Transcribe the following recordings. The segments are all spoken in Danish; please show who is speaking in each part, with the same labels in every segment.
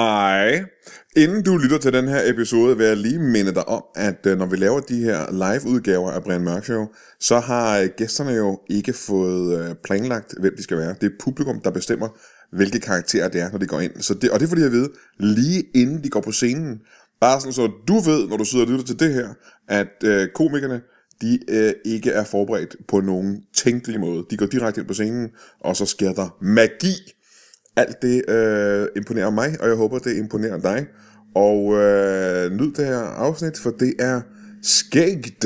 Speaker 1: Hej. Inden du lytter til den her episode, vil jeg lige minde dig om, at øh, når vi laver de her live-udgaver af Brian Mørk Show, så har øh, gæsterne jo ikke fået øh, planlagt, hvem de skal være. Det er publikum, der bestemmer, hvilke karakterer det er, når de går ind. Så det, og det er fordi, jeg ved, lige inden de går på scenen, bare sådan så du ved, når du sidder og lytter til det her, at øh, komikerne, de øh, ikke er forberedt på nogen tænkelig måde. De går direkte ind på scenen, og så sker der magi. Alt det øh, imponerer mig, og jeg håber, det imponerer dig. Og øh, nyd det her afsnit, for det er skægt.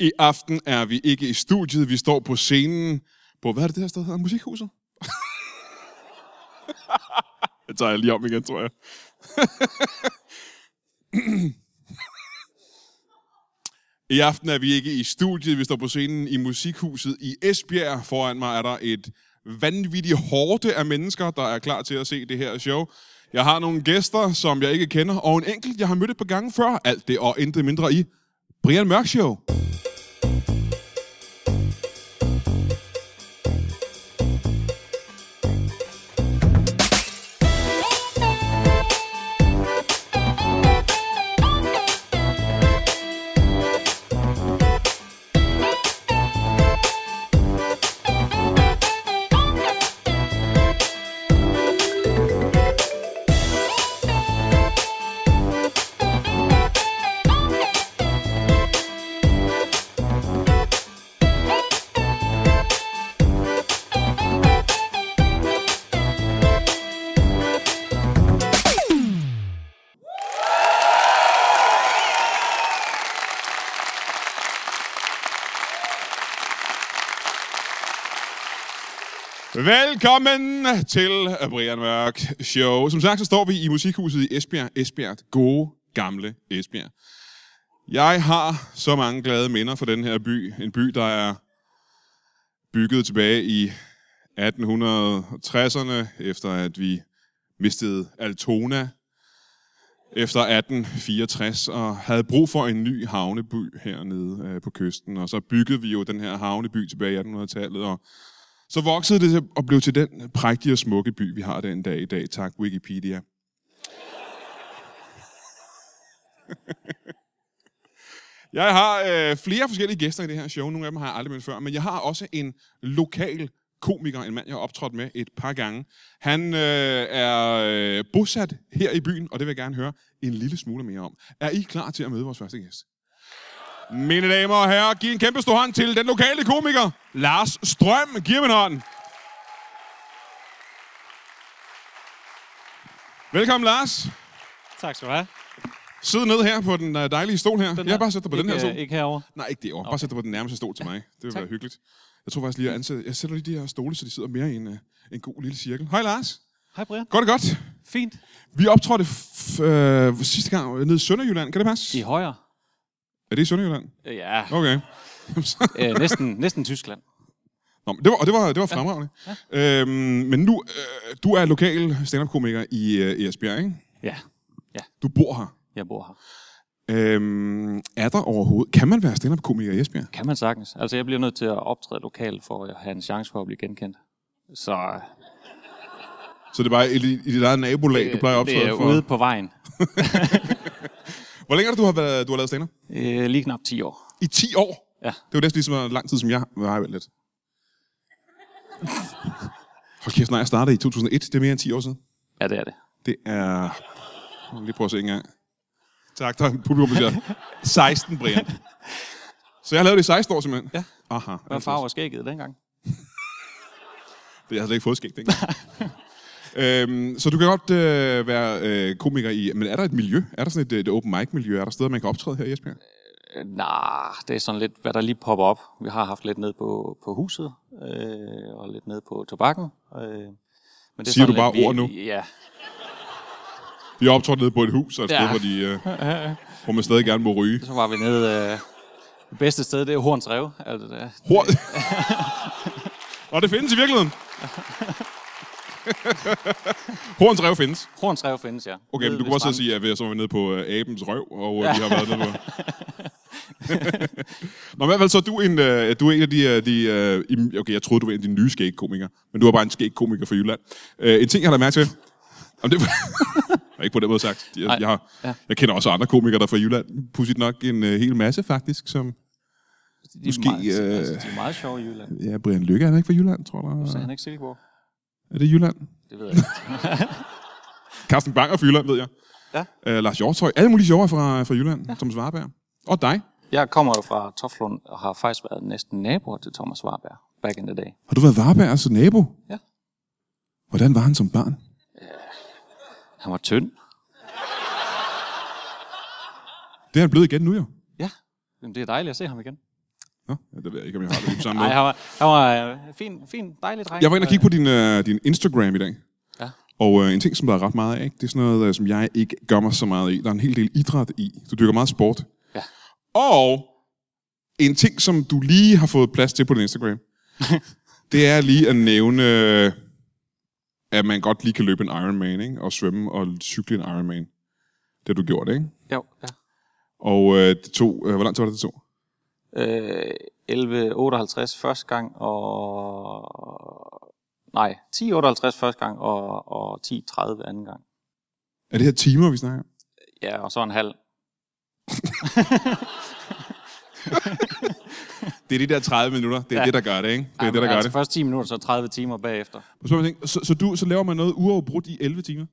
Speaker 2: I aften er vi ikke i studiet, vi står på scenen på, hvad er det, det her sted hedder? Musikhuset? det tager jeg lige om igen, tror jeg. I aften er vi ikke i studiet, vi står på scenen i Musikhuset i Esbjerg. Foran mig er der et vanvittigt hårde af mennesker, der er klar til at se det her show. Jeg har nogle gæster, som jeg ikke kender, og en enkelt, jeg har mødt et par gange før. Alt det og intet mindre i Brian Mørk Show. Velkommen til Brian Mørk Show. Som sagt, så står vi i Musikhuset i Esbjerg. Esbjerg, det gode, gamle Esbjerg. Jeg har så mange glade minder fra den her by. En by, der er bygget tilbage i 1860'erne, efter at vi mistede Altona efter 1864 og havde brug for en ny havneby hernede øh, på kysten. Og så byggede vi jo den her havneby tilbage i 1800-tallet, og så voksede det til- og blev til den prægtige og smukke by, vi har den dag i dag. Tak, Wikipedia. Jeg har øh, flere forskellige gæster i det her show. Nogle af dem har jeg aldrig mødt før, men jeg har også en lokal komiker, en mand, jeg har optrådt med et par gange. Han øh, er øh, bosat her i byen, og det vil jeg gerne høre en lille smule mere om. Er I klar til at møde vores første gæst? Mine damer og herrer, giv en kæmpe stor hånd til den lokale komiker, Lars Strøm. Giv ham en hånd. Velkommen, Lars.
Speaker 3: Tak skal du have.
Speaker 2: Sid ned her på den øh, dejlige stol her. Den jeg bare sætter på den her
Speaker 3: ikke,
Speaker 2: stol.
Speaker 3: øh, Ikke herover.
Speaker 2: Nej, ikke det år. Okay. Bare sæt dig på den nærmeste stol til mig. Det vil være hyggeligt. Jeg tror faktisk lige, at jeg, ansætter, jeg sætter lige de her stole, så de sidder mere i en, øh, en god lille cirkel. Hej Lars.
Speaker 3: Hej Brian.
Speaker 2: Går det godt?
Speaker 3: Fint.
Speaker 2: Vi optrådte f- øh, sidste gang nede i Sønderjylland. Kan det passe?
Speaker 3: I
Speaker 2: Ja.
Speaker 3: højre.
Speaker 2: Er det i Sønderjylland?
Speaker 3: Øh, Ja,
Speaker 2: Okay. Jamen, så-
Speaker 3: øh, næsten, næsten Tyskland.
Speaker 2: Nå, men det var, og det var, det var fremragende. Ja. Øhm, men nu, øh, du er lokal stand-up-komiker i, øh, i Esbjerg, ikke?
Speaker 3: Ja,
Speaker 2: Du bor her.
Speaker 3: jeg bor her.
Speaker 2: Øhm, er der overhovedet... Kan man være stand-up-komiker i Esbjerg?
Speaker 3: Kan man sagtens. Altså, jeg bliver nødt til at optræde lokalt for at have en chance for at blive genkendt. Så øh,
Speaker 2: Så det er bare i, i dit eget nabolag, du plejer at
Speaker 3: det er
Speaker 2: optræde for.
Speaker 3: ude på vejen.
Speaker 2: Hvor længe er det, du har, været, du har lavet stand-up?
Speaker 3: Øh, lige knap 10 år.
Speaker 2: I 10 år?
Speaker 3: Ja.
Speaker 2: Det var næsten lige så lang tid, som jeg har været lidt. Hold kæft, nej, jeg startede i 2001. Det er mere end 10 år siden.
Speaker 3: Ja, det er det.
Speaker 2: Det er... Jeg vil lige prøve at se en gang. Tak, der er publikum på siger 16, Brian. Så jeg har lavet det i 16 år, simpelthen?
Speaker 3: Ja.
Speaker 2: Aha.
Speaker 3: Hvad farve var skægget dengang?
Speaker 2: Det har slet ikke fået skægt, ikke? øhm, så du kan godt øh, være øh, komiker i... Men er der et miljø? Er der sådan et, et open mic-miljø? Er der steder, man kan optræde her i Esbjerg?
Speaker 3: Øh, Nej, det er sådan lidt, hvad der lige popper op. Vi har haft lidt ned på, på huset, øh, og lidt ned på tobakken. Øh, men det er
Speaker 2: Siger
Speaker 3: sådan
Speaker 2: du bare
Speaker 3: lidt, vi-
Speaker 2: ord nu?
Speaker 3: Ja,
Speaker 2: Vi har optrådt nede på et hus, og et
Speaker 3: Ja.
Speaker 2: sted, hvor, de, øh, hvor man stadig gerne må ryge.
Speaker 3: Så var vi nede... Øh, det bedste sted, det er Horns Rev. Altså, det er,
Speaker 2: Hort. Og det findes i virkeligheden. Horns rev findes.
Speaker 3: Horns Rev findes, ja.
Speaker 2: Okay, men du
Speaker 3: Nede ved
Speaker 2: kan også sidde og
Speaker 3: stranden.
Speaker 2: sige, at vi har så været nede på øh, abens røv, og øh, vi har været nede på... Nå, i hvert fald så er du en, øh, du er en af de... øh, de øh, im- okay, jeg troede, du var en af de nye skægkomikere, men du er bare en skægkomiker fra Jylland. Øh, en ting, jeg har lagt mærke til... Jamen, det var ikke på den måde sagt. Jeg,
Speaker 3: Nej.
Speaker 2: jeg, har,
Speaker 3: Ja.
Speaker 2: jeg kender også andre komikere, der er fra Jylland. Pudsigt nok en øh, hel masse, faktisk, som...
Speaker 3: De er
Speaker 2: Måske,
Speaker 3: meget,
Speaker 2: øh,
Speaker 3: altså, de er meget sjove i Jylland.
Speaker 2: Ja, Brian Lykke, han er ikke fra Jylland, tror
Speaker 3: Så er
Speaker 2: jeg.
Speaker 3: han ikke Silkeborg?
Speaker 2: Er det Jylland?
Speaker 3: Det ved jeg ikke.
Speaker 2: Carsten Bang er fra Jylland, ved jeg.
Speaker 3: Ja.
Speaker 2: Øh, Lars Hjortøj. Alle mulige sjovere fra, fra Jylland. Ja. Thomas Warberg. Og dig.
Speaker 3: Jeg kommer jo fra Toflund og har faktisk været næsten naboer til Thomas Warberg back in the day.
Speaker 2: Har du været Warbergs nabo?
Speaker 3: Ja.
Speaker 2: Hvordan var han som barn?
Speaker 3: Han var tynd.
Speaker 2: Det er han blevet igen nu, jo.
Speaker 3: Ja. Jamen, det er dejligt at se ham igen.
Speaker 2: Nå, ja, det ved jeg ikke, om jeg har det på samme
Speaker 3: Nej,
Speaker 2: måde.
Speaker 3: han var, han var øh, fin, fin, dejlig dreng.
Speaker 2: Jeg var inde og kigge på din, øh, din Instagram i dag.
Speaker 3: Ja.
Speaker 2: Og øh, en ting, som der er ret meget af, ikke? det er sådan noget, øh, som jeg ikke gør mig så meget i. Der er en hel del idræt i. Du dyrker meget sport.
Speaker 3: Ja.
Speaker 2: Og en ting, som du lige har fået plads til på din Instagram, det er lige at nævne, øh, at man godt lige kan løbe en Ironman, ikke? og svømme og cykle en Ironman. Det har du gjort, ikke?
Speaker 3: Jo, ja.
Speaker 2: Og øh, det tog, øh, hvor lang tid var det, det tog?
Speaker 3: Øh, 11.58 første gang, og... Nej, 10.58 første gang, og, og 10.30 anden gang.
Speaker 2: Er det her timer, vi snakker om?
Speaker 3: Ja, og så en halv.
Speaker 2: Det er de der 30 minutter, det er ja.
Speaker 3: Ja.
Speaker 2: det, der gør det, ikke? Det er det, der gør
Speaker 3: altså,
Speaker 2: det.
Speaker 3: Først 10 minutter, så 30 timer bagefter.
Speaker 2: Og så, må man tænke, så, så, du, så laver man noget uafbrudt i 11 timer?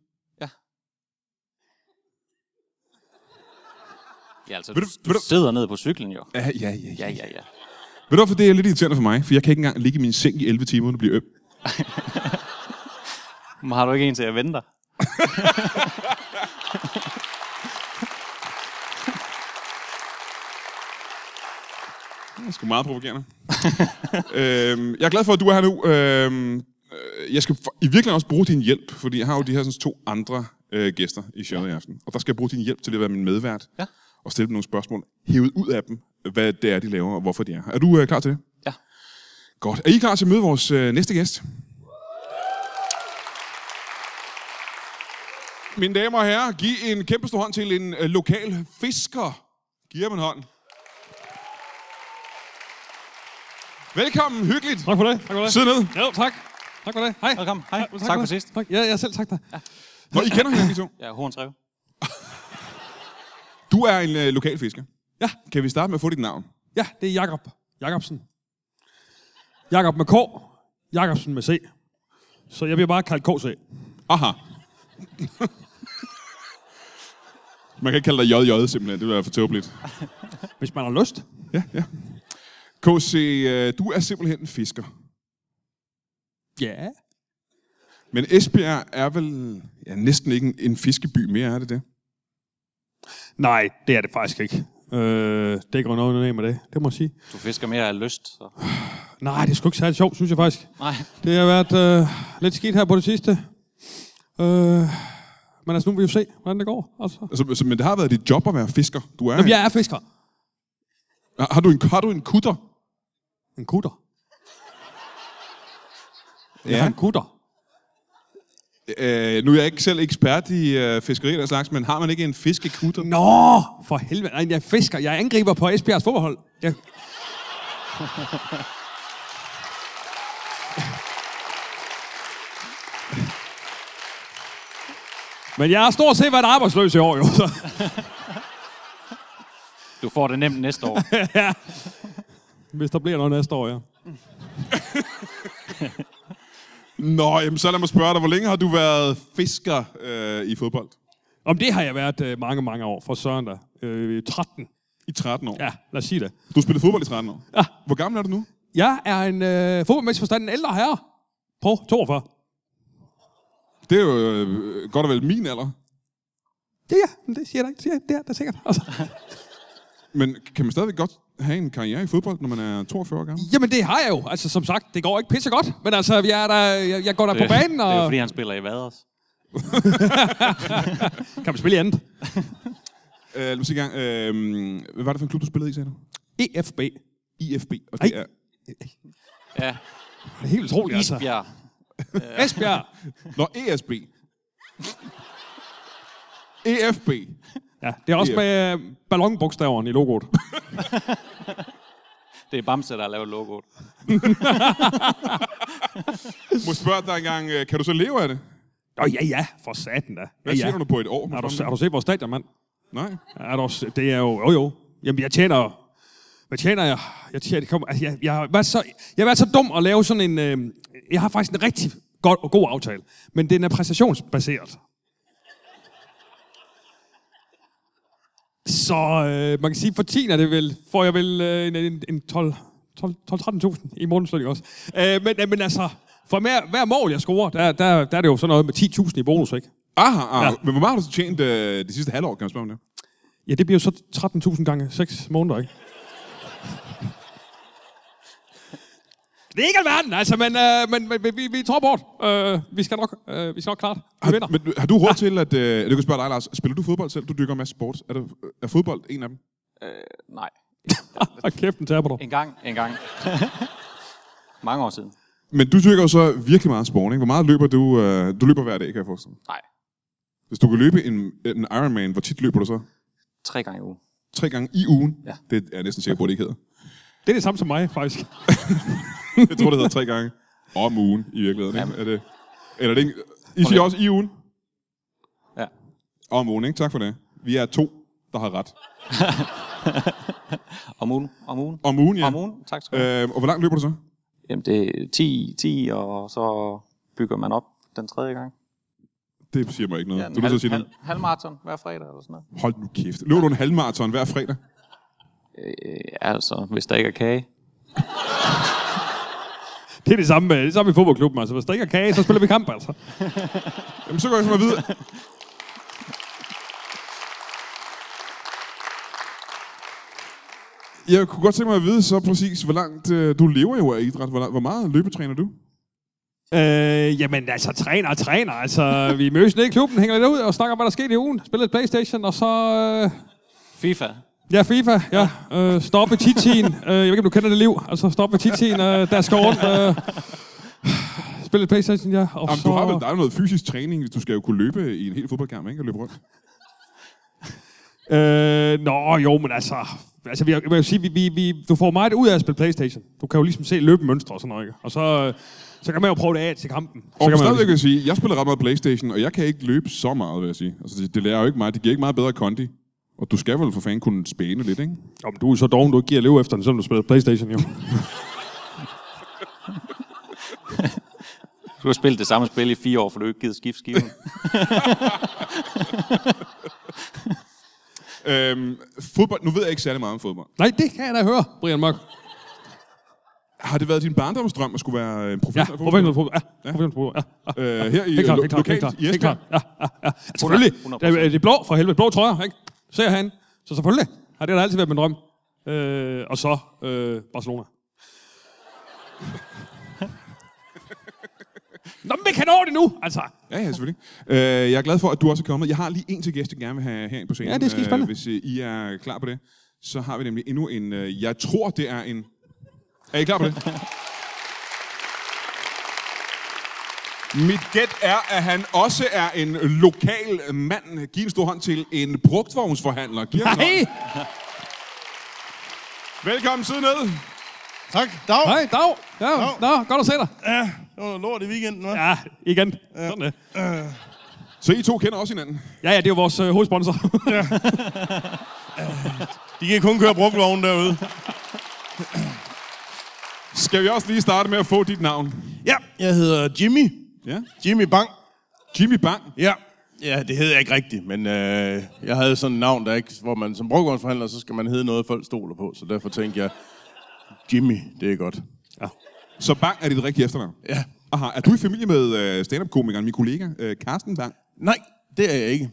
Speaker 3: Ja, altså,
Speaker 2: Vil
Speaker 3: du,
Speaker 2: du-
Speaker 3: du,
Speaker 2: vil du-
Speaker 3: sidder ned på cyklen jo.
Speaker 2: Ja, ja, ja.
Speaker 3: Ja, ja, ja.
Speaker 2: Ved du, hvorfor det er lidt irriterende for mig? For jeg kan ikke engang ligge i min seng i 11 timer, uden at blive øm.
Speaker 3: Men har du ikke en til at vente dig?
Speaker 2: Det er sgu meget provokerende. øhm, jeg er glad for, at du er her nu. Øhm, øh, jeg skal for, i virkeligheden også bruge din hjælp, fordi jeg har jo de her sådan, to andre øh, gæster i showet i aften. Og der skal jeg bruge din hjælp til at være min medvært
Speaker 3: Ja.
Speaker 2: og stille dem nogle spørgsmål. Hævet ud af dem, hvad det er, de laver og hvorfor de er her. Er du øh, klar til det?
Speaker 3: Ja.
Speaker 2: Godt. Er I klar til at møde vores øh, næste gæst? Mine damer og herrer, giv en kæmpe stor hånd til en øh, lokal fisker. Giv ham en hånd. Velkommen, hyggeligt.
Speaker 4: Tak for det. Tak for det.
Speaker 2: Sid ned.
Speaker 4: Jo, tak. Tak for det. Hej.
Speaker 3: Velkommen. Hej.
Speaker 4: Ja,
Speaker 3: tak, tak for
Speaker 4: det.
Speaker 3: sidst.
Speaker 4: Tak. Ja, jeg selv tak dig. Ja.
Speaker 2: Nå, I kender hinanden, I to.
Speaker 3: Jeg er hornsrev.
Speaker 2: Du er en øh, lokal fisker.
Speaker 4: ja,
Speaker 2: Kan vi starte med at få dit navn?
Speaker 4: ja, det er Jakob Jakobsen. Jakob med K. Jakobsen med C. Så jeg bliver bare kaldt KC.
Speaker 2: Aha. Man kan ikke kalde dig JJ, simpelthen. Det vil være for tåbeligt.
Speaker 4: Hvis man har lyst.
Speaker 2: Ja, ja. KC, øh, du er simpelthen en fisker.
Speaker 4: Ja.
Speaker 2: Men Esbjerg er vel ja, næsten ikke en, en fiskeby mere, er det det?
Speaker 4: Nej, det er det faktisk ikke. Øh, det går noget ned med det. Det må jeg sige.
Speaker 3: Du fisker mere af lyst, så...
Speaker 4: Nej, det er sgu ikke særlig sjovt, synes jeg faktisk.
Speaker 3: Nej.
Speaker 4: Det har været øh, lidt skidt her på det sidste. Øh, men altså, nu vil vi jo se, hvordan det går. Altså.
Speaker 2: Altså, så, men det har været dit job at være fisker. Du er
Speaker 4: Jamen,
Speaker 2: en-
Speaker 4: jeg er fisker.
Speaker 2: har, har, du en, har du en kutter?
Speaker 4: En kutter. Ja. Jeg har en kutter.
Speaker 2: Øh, nu er jeg ikke selv ekspert i øh, fiskeri eller slags, men har man ikke en fiskekutter?
Speaker 4: Nå, for helvede. Nej, jeg fisker. Jeg angriber på Esbjergs fodboldhold. Jeg... Men jeg har stort set været arbejdsløs i år, jo. Så.
Speaker 3: Du får det nemt næste år.
Speaker 4: Hvis der bliver noget næste år, ja.
Speaker 2: Nå, jamen, så lad mig spørge dig, hvor længe har du været fisker øh, i fodbold?
Speaker 4: Om det har jeg været øh, mange, mange år. For søren da. Øh, 13.
Speaker 2: I 13 år?
Speaker 4: Ja, lad os sige det.
Speaker 2: Du spillede fodbold i 13 år?
Speaker 4: Ja.
Speaker 2: Hvor gammel er du nu?
Speaker 4: Jeg er en øh, fodboldmæssig forstand en ældre herre på 42.
Speaker 2: Det er jo øh, godt og vel min alder.
Speaker 4: Det er jeg. Men Det siger jeg da ikke. Det, siger jeg. det er det er sikkert. Altså.
Speaker 2: Men kan man stadigvæk godt have en karriere i fodbold, når man er 42 år gammel?
Speaker 4: Jamen, det har jeg jo. Altså, som sagt, det går ikke pisse godt. Men altså, jeg, er der, jeg, jeg går der på banen,
Speaker 3: Det er jo
Speaker 4: og
Speaker 3: fordi, han spiller i vaders.
Speaker 4: kan man spille i andet.
Speaker 2: Øh, lad mig se i gang. Øh, hvad var det for en klub, du spillede i, sagde du?
Speaker 4: EFB.
Speaker 2: IFB. Og det
Speaker 4: Ej.
Speaker 2: er,
Speaker 3: Ja,
Speaker 4: Det er helt utroligt, altså.
Speaker 3: Isbjerg.
Speaker 2: E
Speaker 4: Esbjerg.
Speaker 2: Nå, ESB. EFB.
Speaker 4: Ja, det er
Speaker 3: E
Speaker 4: også med øh, ballonbogstaveren i logoet.
Speaker 3: Det er Bamse, der har lavet logoet.
Speaker 2: Må jeg spørge dig engang, øh, kan du så leve af det?
Speaker 4: Nå ja, ja, for satan da.
Speaker 2: Hvad
Speaker 4: ja,
Speaker 2: siger
Speaker 4: ja.
Speaker 2: du nu på et år?
Speaker 4: Har du, E har du set vores stadion, mand?
Speaker 2: Nej.
Speaker 4: Er du, s- det er jo, jo jo. Jamen, jeg tjener... Hvad tjener jeg? Jeg tjener... Kom, altså, jeg, jeg, har været så, jeg har været så dum at lave sådan en... Øh, jeg har faktisk en rigtig god, god aftale, men den er præstationsbaseret. Så øh, man kan sige, for 10 er det vel, får jeg vel øh, en, en, en 12 12 12-13.000 i månedsløn ikke også. Øh, men, øh, men altså, for hver, hver mål, jeg scorer, der, der, der er det jo sådan noget med 10.000 i bonus, ikke?
Speaker 2: Aha, aha. Ja.
Speaker 4: Ja.
Speaker 2: Men hvor meget har du så tjent øh, de sidste halvår, kan man spørge om det?
Speaker 4: Ja, det bliver jo så 13.000 gange 6 måneder, ikke? Det er ikke alverden, altså, men, øh, men, men vi, vi tror bort. Øh, vi skal nok, øh, vi skal nok klare det. Vi vinder.
Speaker 2: Har, men, har du råd til, at... Øh, det kan jeg spørge dig, Lars. Spiller du fodbold selv? Du dykker masser sport. Er, du, er fodbold en af dem?
Speaker 3: Øh, nej.
Speaker 4: Og kæft, den taber dig.
Speaker 3: En gang, en gang. Mange år siden.
Speaker 2: Men du dyrker jo så virkelig meget sport, ikke? Hvor meget løber du... Øh, du løber hver dag, kan jeg forestille mig.
Speaker 3: Nej,
Speaker 2: Hvis du kan løbe en, en Ironman, hvor tit løber du så?
Speaker 3: tre gange i ugen.
Speaker 2: Tre gange i ugen?
Speaker 3: Ja.
Speaker 2: Det er jeg næsten sikker på, at det ikke hedder.
Speaker 4: Det er det samme som mig, faktisk.
Speaker 2: Jeg tror, det hedder tre gange om ugen i virkeligheden. Ikke? Er det, eller er det ikke, I siger også i ugen?
Speaker 3: Ja.
Speaker 2: Om ugen, ikke? Tak for det. Vi er to, der har ret.
Speaker 3: Om ugen, om ugen.
Speaker 2: Om ugen, Øh. ja.
Speaker 3: Om ugen, tak skal du have.
Speaker 2: Øh, og hvor langt løber du så?
Speaker 3: Jamen, det er 10, 10, og så bygger man op den tredje gang.
Speaker 2: Det siger mig ikke noget. Ja,
Speaker 3: en
Speaker 2: du er nødt til at sige
Speaker 3: halv,
Speaker 2: noget.
Speaker 3: halv, halvmarathon hver fredag eller sådan noget.
Speaker 2: Hold nu kæft. Løber du en halvmarathon hver fredag?
Speaker 3: Øh, altså, hvis der ikke er kage.
Speaker 4: Det er det samme, øh, det er det samme i fodboldklubben, altså. Hvis der ikke er kage, så spiller vi kamp, altså.
Speaker 2: Jamen, så går jeg simpelthen videre. Jeg kunne godt tænke mig at vide så præcis, hvor langt øh, du lever jo af idræt. Hvor, hvor meget løbetræner du?
Speaker 4: Øh, jamen, altså, træner og træner, altså. Vi mødes ned i klubben, hænger lidt ud og snakker om, hvad der skete i ugen. Spiller lidt Playstation, og så... Øh,
Speaker 3: FIFA.
Speaker 4: Ja, FIFA, ja. Øh, stop ved titien. øh, jeg ved ikke, om du kender det liv. Altså, stop ved titien. Øh, der skal rundt. Øh, spille lidt Playstation, ja. Og
Speaker 2: Jamen,
Speaker 4: så...
Speaker 2: du har vel der er noget fysisk træning. hvis Du skal jo kunne løbe i en hel fodboldkamp, ikke? Og løbe rundt.
Speaker 4: Øh, nå, jo, men altså... Altså, vi, jeg vil sige, vi, vi, vi, du får meget ud af at spille Playstation. Du kan jo ligesom se løbemønstre og sådan noget, ikke? Og så, øh, så kan man jo prøve det af til kampen. Så
Speaker 2: Og
Speaker 4: kan man jo
Speaker 2: stadigvæk vil
Speaker 4: ligesom...
Speaker 2: jeg sige, jeg spiller ret meget Playstation, og jeg kan ikke løbe så meget, vil jeg sige. Altså, det, det lærer jo ikke mig. Det giver ikke meget bedre kondi. Og du skal vel for fanden kunne spæne lidt, ikke?
Speaker 4: Om du er så doven, du ikke giver leve efter den, selvom du spiller Playstation, jo.
Speaker 3: Du har spillet det samme spil i fire år, for du har ikke givet skift skiven.
Speaker 2: Øhm, fodbold, nu ved jeg ikke særlig meget om fodbold.
Speaker 4: Nej, det kan jeg da høre, Brian Mørk.
Speaker 2: Har det været din barndomsdrøm at skulle være en
Speaker 4: Ja,
Speaker 2: professionel
Speaker 4: professionel fodbold. Ja, professionel fodbold. Ja, ja.
Speaker 2: Øh, her i
Speaker 4: Helt klart,
Speaker 2: lo-
Speaker 4: helt klart,
Speaker 2: lokalt
Speaker 4: helt klart.
Speaker 2: i
Speaker 4: Helt klart.
Speaker 2: Esbjerg.
Speaker 4: Ja, ja, ja. Selvfølgelig.
Speaker 3: 100%.
Speaker 4: Der er- Det er blå, for helvede. Blå trøjer, ikke? Ser han. Så selvfølgelig har det da altid været min drøm. Øh, og så øh, Barcelona. Nå, men vi kan nå det nu, altså.
Speaker 2: Ja, ja, selvfølgelig. Øh, jeg er glad for, at du også er kommet. Jeg har lige en til gæst, jeg gerne vil have herind på scenen.
Speaker 4: Ja, det er skide spændende.
Speaker 2: hvis øh, I er klar på det, så har vi nemlig endnu en... Øh, jeg tror, det er en... Er I klar på det? Mit gæt er, at han også er en lokal mand. Giv en stor hånd til en brugtvognsforhandler. Giv ham en
Speaker 4: Hej,
Speaker 2: hånd. Velkommen, sidde ned.
Speaker 5: Tak. Dag.
Speaker 4: hej, dag. Ja, nå, godt at se dig.
Speaker 5: Ja, det var lort i weekenden, hva'?
Speaker 4: Ja, igen. Sådan det.
Speaker 2: Så I to kender også hinanden.
Speaker 4: Ja, ja, det er jo vores øh, hovedsponsor.
Speaker 5: De kan kun køre brugtvognen derude.
Speaker 2: Skal vi også lige starte med at få dit navn?
Speaker 5: Ja, jeg hedder Jimmy.
Speaker 2: Ja.
Speaker 5: Jimmy Bang.
Speaker 2: Jimmy Bang.
Speaker 5: Ja. Ja, det hedder jeg ikke rigtigt, men øh, jeg havde sådan et navn, der ikke, hvor man som brugtvognsforhandler, så skal man hedde noget, folk stoler på. Så derfor tænkte jeg, Jimmy, det er godt.
Speaker 2: Så Bang er dit rigtige efternavn.
Speaker 5: Ja.
Speaker 2: Aha, er du i familie med øh, stand-up-komikeren, min kollega, øh, Carsten Bang?
Speaker 5: Nej, det er jeg ikke.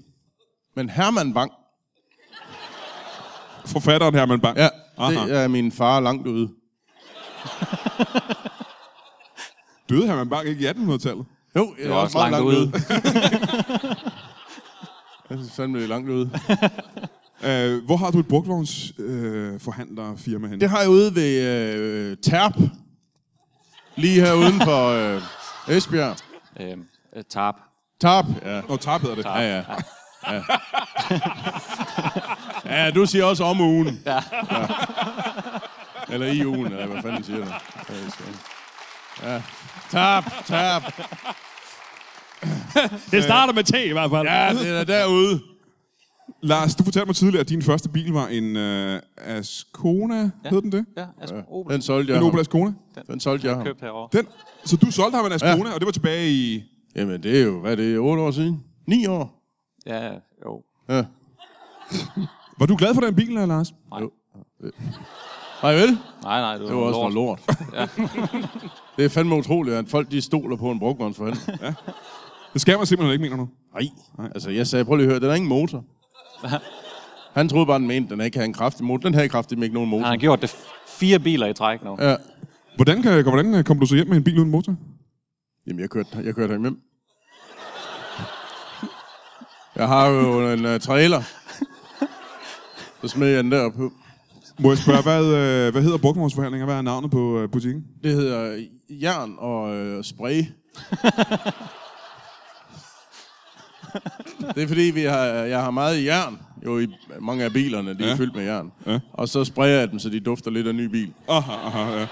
Speaker 5: Men Herman Bang.
Speaker 2: Forfatteren Herman Bang?
Speaker 5: Ja,
Speaker 2: Aha.
Speaker 5: det er min far langt ude.
Speaker 2: Døde Herman Bang ikke i 1800-tallet?
Speaker 5: Jo, jeg er
Speaker 3: var også
Speaker 5: meget
Speaker 3: langt ude.
Speaker 5: jeg synes fandme, det er langt ude.
Speaker 2: Øh, hvor har du et brugtvognsforhandlerfirma øh, forhandlerfirma henne?
Speaker 5: Det har jeg ude ved øh, Terp. Lige her uden for øh, Esbjerg.
Speaker 3: øh, øh, tab.
Speaker 5: Tarp, ja.
Speaker 2: Nå, Tarp hedder det.
Speaker 5: Ja, ja. Ja, du siger også om ugen. Ja. ja. Eller i ugen, eller hvad fanden siger du? Ja, det skal jeg. Ja. Tab, tab.
Speaker 4: Det starter med T i hvert fald.
Speaker 5: Ja, det er derude.
Speaker 6: Lars, du fortalte mig tidligere, at din første bil var en øh, Ascona, ja. hed den det?
Speaker 3: Ja, altså, Opel.
Speaker 5: Den solgte jeg
Speaker 6: En Opel
Speaker 5: ham.
Speaker 6: Ascona.
Speaker 5: Den solgte jeg ham.
Speaker 3: købt herovre.
Speaker 6: Den, så du solgte ham en Ascona, ja. og det var tilbage i...
Speaker 5: Jamen, det er jo, hvad er det, 8 år siden? 9 år?
Speaker 3: Ja, jo.
Speaker 5: Ja.
Speaker 6: Var du glad for den bil, eller, Lars?
Speaker 5: Har I vel?
Speaker 3: Nej, nej, det var,
Speaker 5: Det var også noget
Speaker 3: lort.
Speaker 5: lort. det er fandme utroligt, at folk de stoler på en brugvognsforhandler.
Speaker 6: Det skal man simpelthen ikke, mener du.
Speaker 5: Nej. Altså, jeg sagde, prøv lige at høre, den har ingen motor. Han troede bare, den mente, den ikke havde en kraftig motor. Den havde kraftigt ikke nogen
Speaker 3: Han
Speaker 5: motor.
Speaker 3: har gjort det f- fire biler i træk nu.
Speaker 5: Ja.
Speaker 6: Hvordan, kan, hvordan øh, kom du så hjem med en bil uden motor?
Speaker 5: Jamen, jeg kørte, jeg kørte ham hjem. Jeg har jo en uh, trailer. Så smed jeg den deroppe.
Speaker 6: Må jeg spørge, hvad, øh, hvad hedder brugtvognsforhandlinger? Hvad er navnet på øh, butikken?
Speaker 5: Det hedder jern og øh, spray. det er fordi, vi har, jeg har meget jern. Jo, i mange af bilerne, de er
Speaker 6: Ja.
Speaker 5: fyldt med jern.
Speaker 6: Ja.
Speaker 5: Og så sprayer jeg dem, så de dufter lidt af ny bil.
Speaker 6: Aha, aha, ja.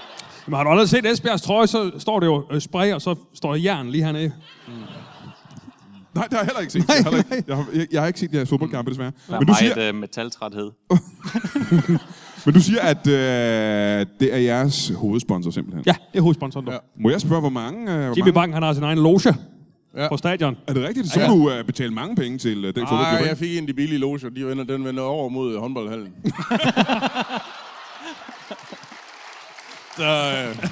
Speaker 4: Men har du aldrig set Esbjergs trøje, så står det jo øh, spray, og så står der jern lige hernede.
Speaker 6: Nej, det har jeg heller ikke set. Jeg har, heller ikke, jeg har, jeg, jeg har ikke set jeres fodboldkampe, desværre.
Speaker 3: Der
Speaker 6: Men
Speaker 3: er
Speaker 6: du,
Speaker 3: meget
Speaker 6: siger,
Speaker 3: siger... metaltræthed.
Speaker 6: men du siger, at øh, det er jeres hovedsponsor, simpelthen.
Speaker 4: Ja, det er hovedsponsoren. Ja.
Speaker 6: Må jeg spørge, hvor mange... Øh, hvor
Speaker 4: Jimmy
Speaker 6: mange
Speaker 4: Bang, han har sin egen loge
Speaker 5: Ja.
Speaker 4: ja. på stadion.
Speaker 6: er det rigtigt? Så må
Speaker 5: Ja.
Speaker 6: du øh, betale mange penge til øh, den
Speaker 5: Nej,
Speaker 6: fodboldklub.
Speaker 5: jeg
Speaker 6: ikke?
Speaker 5: fik en de billige loger. De vender, den vender over mod håndboldhallen. så, øh,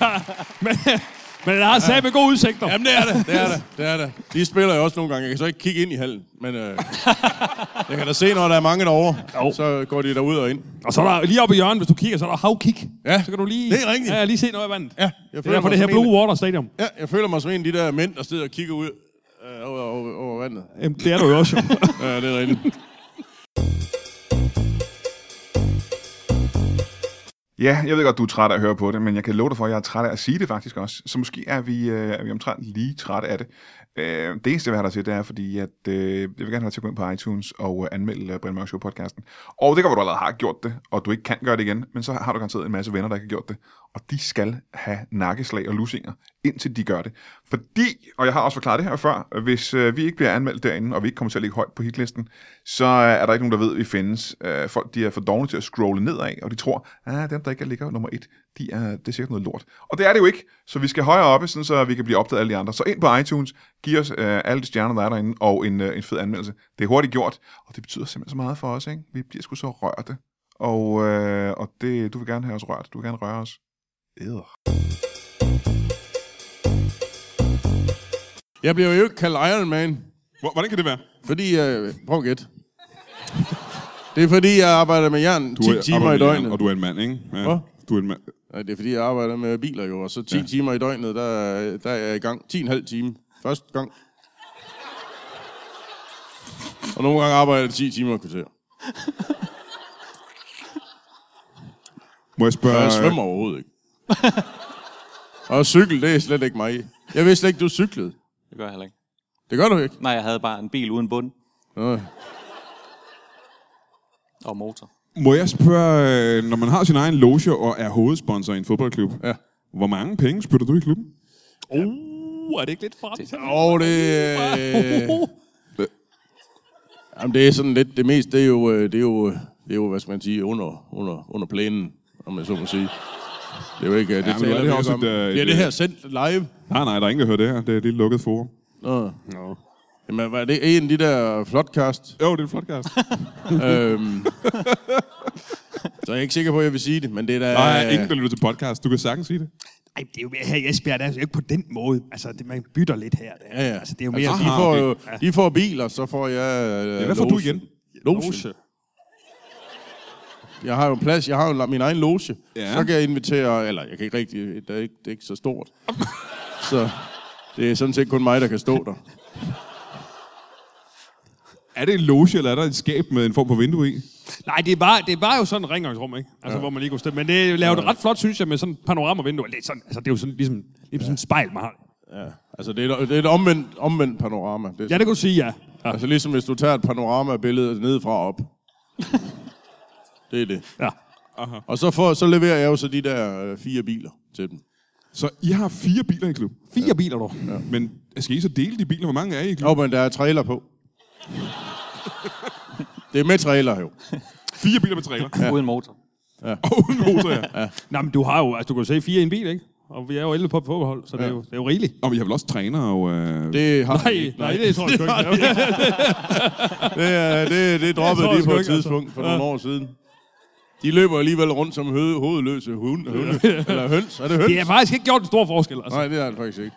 Speaker 4: men, men han har sat med gode udsigter.
Speaker 5: jamen, det er det. Det er det. Det er det. De spiller jo også nogle gange. Jeg kan så ikke kigge ind i hallen. Men øh, jeg kan da se, når der er mange derovre.
Speaker 4: Jo.
Speaker 5: Så går de derud og ind.
Speaker 4: Og så er der lige oppe i hjørnet, hvis du kigger, så er der havkik.
Speaker 5: Ja,
Speaker 4: Så kan du lige,
Speaker 5: det er rigtigt.
Speaker 4: Ja, lige se noget af vandet.
Speaker 5: Ja, jeg
Speaker 4: det er
Speaker 5: føler
Speaker 4: derfor
Speaker 5: mig
Speaker 4: det her
Speaker 5: som en-
Speaker 4: Blue Water Stadium.
Speaker 5: Ja, jeg føler mig som en af de der mænd, der sidder og kigger ud øh, over, over, over vandet.
Speaker 4: Jamen, det er du jo også. jo.
Speaker 5: Ja, det er rigtigt.
Speaker 2: Ja, jeg ved godt, du er træt af at høre på det, men jeg kan love dig for, at jeg er træt af at sige det faktisk også. Så måske er vi, øh, er vi omtrent lige træt af det. Øh, det eneste, jeg vil have dig til, det er, fordi at, øh, jeg vil gerne have dig til at gå ind på iTunes og øh, anmelde øh, Brian Mørk Show-podcasten. Og det kan være, du allerede har gjort det, og du ikke kan gøre det igen, men så har du garanteret en masse venner, der ikke har gjort det. Og de skal have nakkeslag og lusinger, indtil de gør det. Fordi, og jeg har også forklaret det her før, hvis øh, vi ikke bliver anmeldt derinde, og vi ikke kommer til at ligge højt på hitlisten, så øh, er der ikke nogen, der ved, at vi findes. Øh, folk de er for dogne til at scrolle nedad, og de tror, at dem, der ikke ligger nummer et, de er, det er sikkert noget lort. Og det er det jo ikke, så vi skal højere oppe, sådan, så vi kan blive opdaget af alle de andre. Så ind på iTunes, giv os øh, alle de stjerner, der er derinde, og en, øh, en fed anmeldelse. Det er hurtigt gjort, og det betyder simpelthen så meget for os. Ikke? Vi bliver sgu så rørte. Og, øh, og det, du vil gerne have os rørt. Du vil gerne røre os. Æder.
Speaker 5: Jeg bliver jo ikke kaldt Iron Man,
Speaker 6: Hvor, hvordan kan det være?
Speaker 5: fordi... Øh, prøv at gætte. Det er fordi, jeg arbejder med jern 10
Speaker 6: er-
Speaker 5: timer i
Speaker 6: arbejder med
Speaker 5: døgnet.
Speaker 6: jern, Og du er en mand, ikke? Ja.
Speaker 5: Hvad?
Speaker 6: Du er en mand.
Speaker 5: Ja, det er fordi, jeg arbejder med biler jo, og så 10 ja. timer i døgnet, der, er- der er jeg i gang. 10,5 time. Første gang. Og nogle gange arbejder jeg 10 timer i kvarter.
Speaker 6: Må jeg spørge...
Speaker 5: Og jeg svømmer overhovedet ikke. og cykel, det er slet ikke mig. Jeg vidste ikke, du cyklede.
Speaker 3: Det gør jeg heller ikke.
Speaker 5: Det gør du ikke.
Speaker 3: Nej, jeg havde bare en bil uden bund
Speaker 5: Nå.
Speaker 3: og motor.
Speaker 6: Må jeg spørge, øh, når man har sin egen loge og er hovedsponsor i en fodboldklub,
Speaker 5: Ja.
Speaker 6: hvor mange penge spytter du i klubben?
Speaker 4: Uh, er det ikke lidt for det,
Speaker 5: Og det... Øh, jamen, det er sådan lidt... Det meste, det er jo... øh, Det er jo, øh, det er jo hvad skal man sige, under, under, under planen, om jeg så må sige. Det er jo ikke... øh, Det,
Speaker 6: Ja, men
Speaker 5: taler
Speaker 6: var det
Speaker 5: vi
Speaker 6: også
Speaker 5: ikke
Speaker 6: et, øh, et,
Speaker 5: Bliver det her
Speaker 6: øh,
Speaker 5: sendt live?
Speaker 6: Nej, nej, der er ingen, der hører det her. Det er et lille lukket forum.
Speaker 5: Nå. Nå. Jamen, var det en af de der flotcast?
Speaker 6: Jo, det er en flotcast.
Speaker 5: øhm, så er jeg ikke sikker på, at jeg vil sige det, men det er da...
Speaker 6: Der er ingen, der lytter til podcast. Du kan sagtens sige det.
Speaker 4: Ej, det er jo her i Esbjerg, der er jo ikke på den måde. Altså, det, man bytter lidt her. Der.
Speaker 5: Ja, ja.
Speaker 4: Altså, det er jo mere...
Speaker 5: altså, de, får jo, de får biler, så får jeg... Øh, ja,
Speaker 6: hvad får du igen?
Speaker 5: Loge. Jeg har jo en plads, jeg har jo la- min egen loge.
Speaker 6: Ja.
Speaker 5: Ja. Så kan jeg invitere, eller jeg kan ikke rigtig, det er ikke, det er ikke så stort. så det er sådan set kun mig, der kan stå der.
Speaker 6: Er det en loge, eller er der et skab med en form for vindue i?
Speaker 4: Nej, det var, det var jo sådan en rengøringsrum, ikke? Altså, ja. hvor man lige kunne stemme. Men det lavede det ret flot, synes jeg, med sådan panoramavinduer. Det er, sådan, altså, det er jo sådan, ligesom, ligesom sådan en spejl, man har.
Speaker 5: Ja. Altså, det er, et- det er et omvendt, omvendt panorama. Det er,
Speaker 4: Ja, det kunne du sige, ja. ja.
Speaker 5: Altså, ligesom hvis du tager et panoramabillede nedefra og op. Det er det.
Speaker 4: Ja.
Speaker 5: Og så, får, så leverer jeg jo så de der øh, fire biler til dem.
Speaker 6: Så I har fire biler i klub.
Speaker 4: Fire ja. biler, du. Ja.
Speaker 6: Men øh, skal I så dele de biler? Hvor mange er I i klub?
Speaker 5: Jo, men der er trailer på. Det er med trailer jo.
Speaker 6: Fire biler med trailer.
Speaker 3: ja. uden motor.
Speaker 6: Og uden motor, ja.
Speaker 4: Nej, men du har jo, altså du kan jo se fire i en bil, ikke? Og vi er jo 11 på et fodboldhold, så ja. det, er jo, det er jo rigeligt.
Speaker 6: Og vi har vel også træner og... Øh...
Speaker 5: Det har
Speaker 4: Nej, nej, det tror jeg sgu ikke.
Speaker 5: Det, er, det, det droppede
Speaker 4: tror jeg
Speaker 5: de
Speaker 4: sgu
Speaker 5: på et
Speaker 4: ikke, altså.
Speaker 5: tidspunkt for nogle år siden. De løber alligevel rundt som hø- hovedløse hunde. hunde. Eller høns. Er det høns?
Speaker 4: Det har faktisk ikke gjort en stor forskel, altså.
Speaker 5: Nej, det er det faktisk ikke.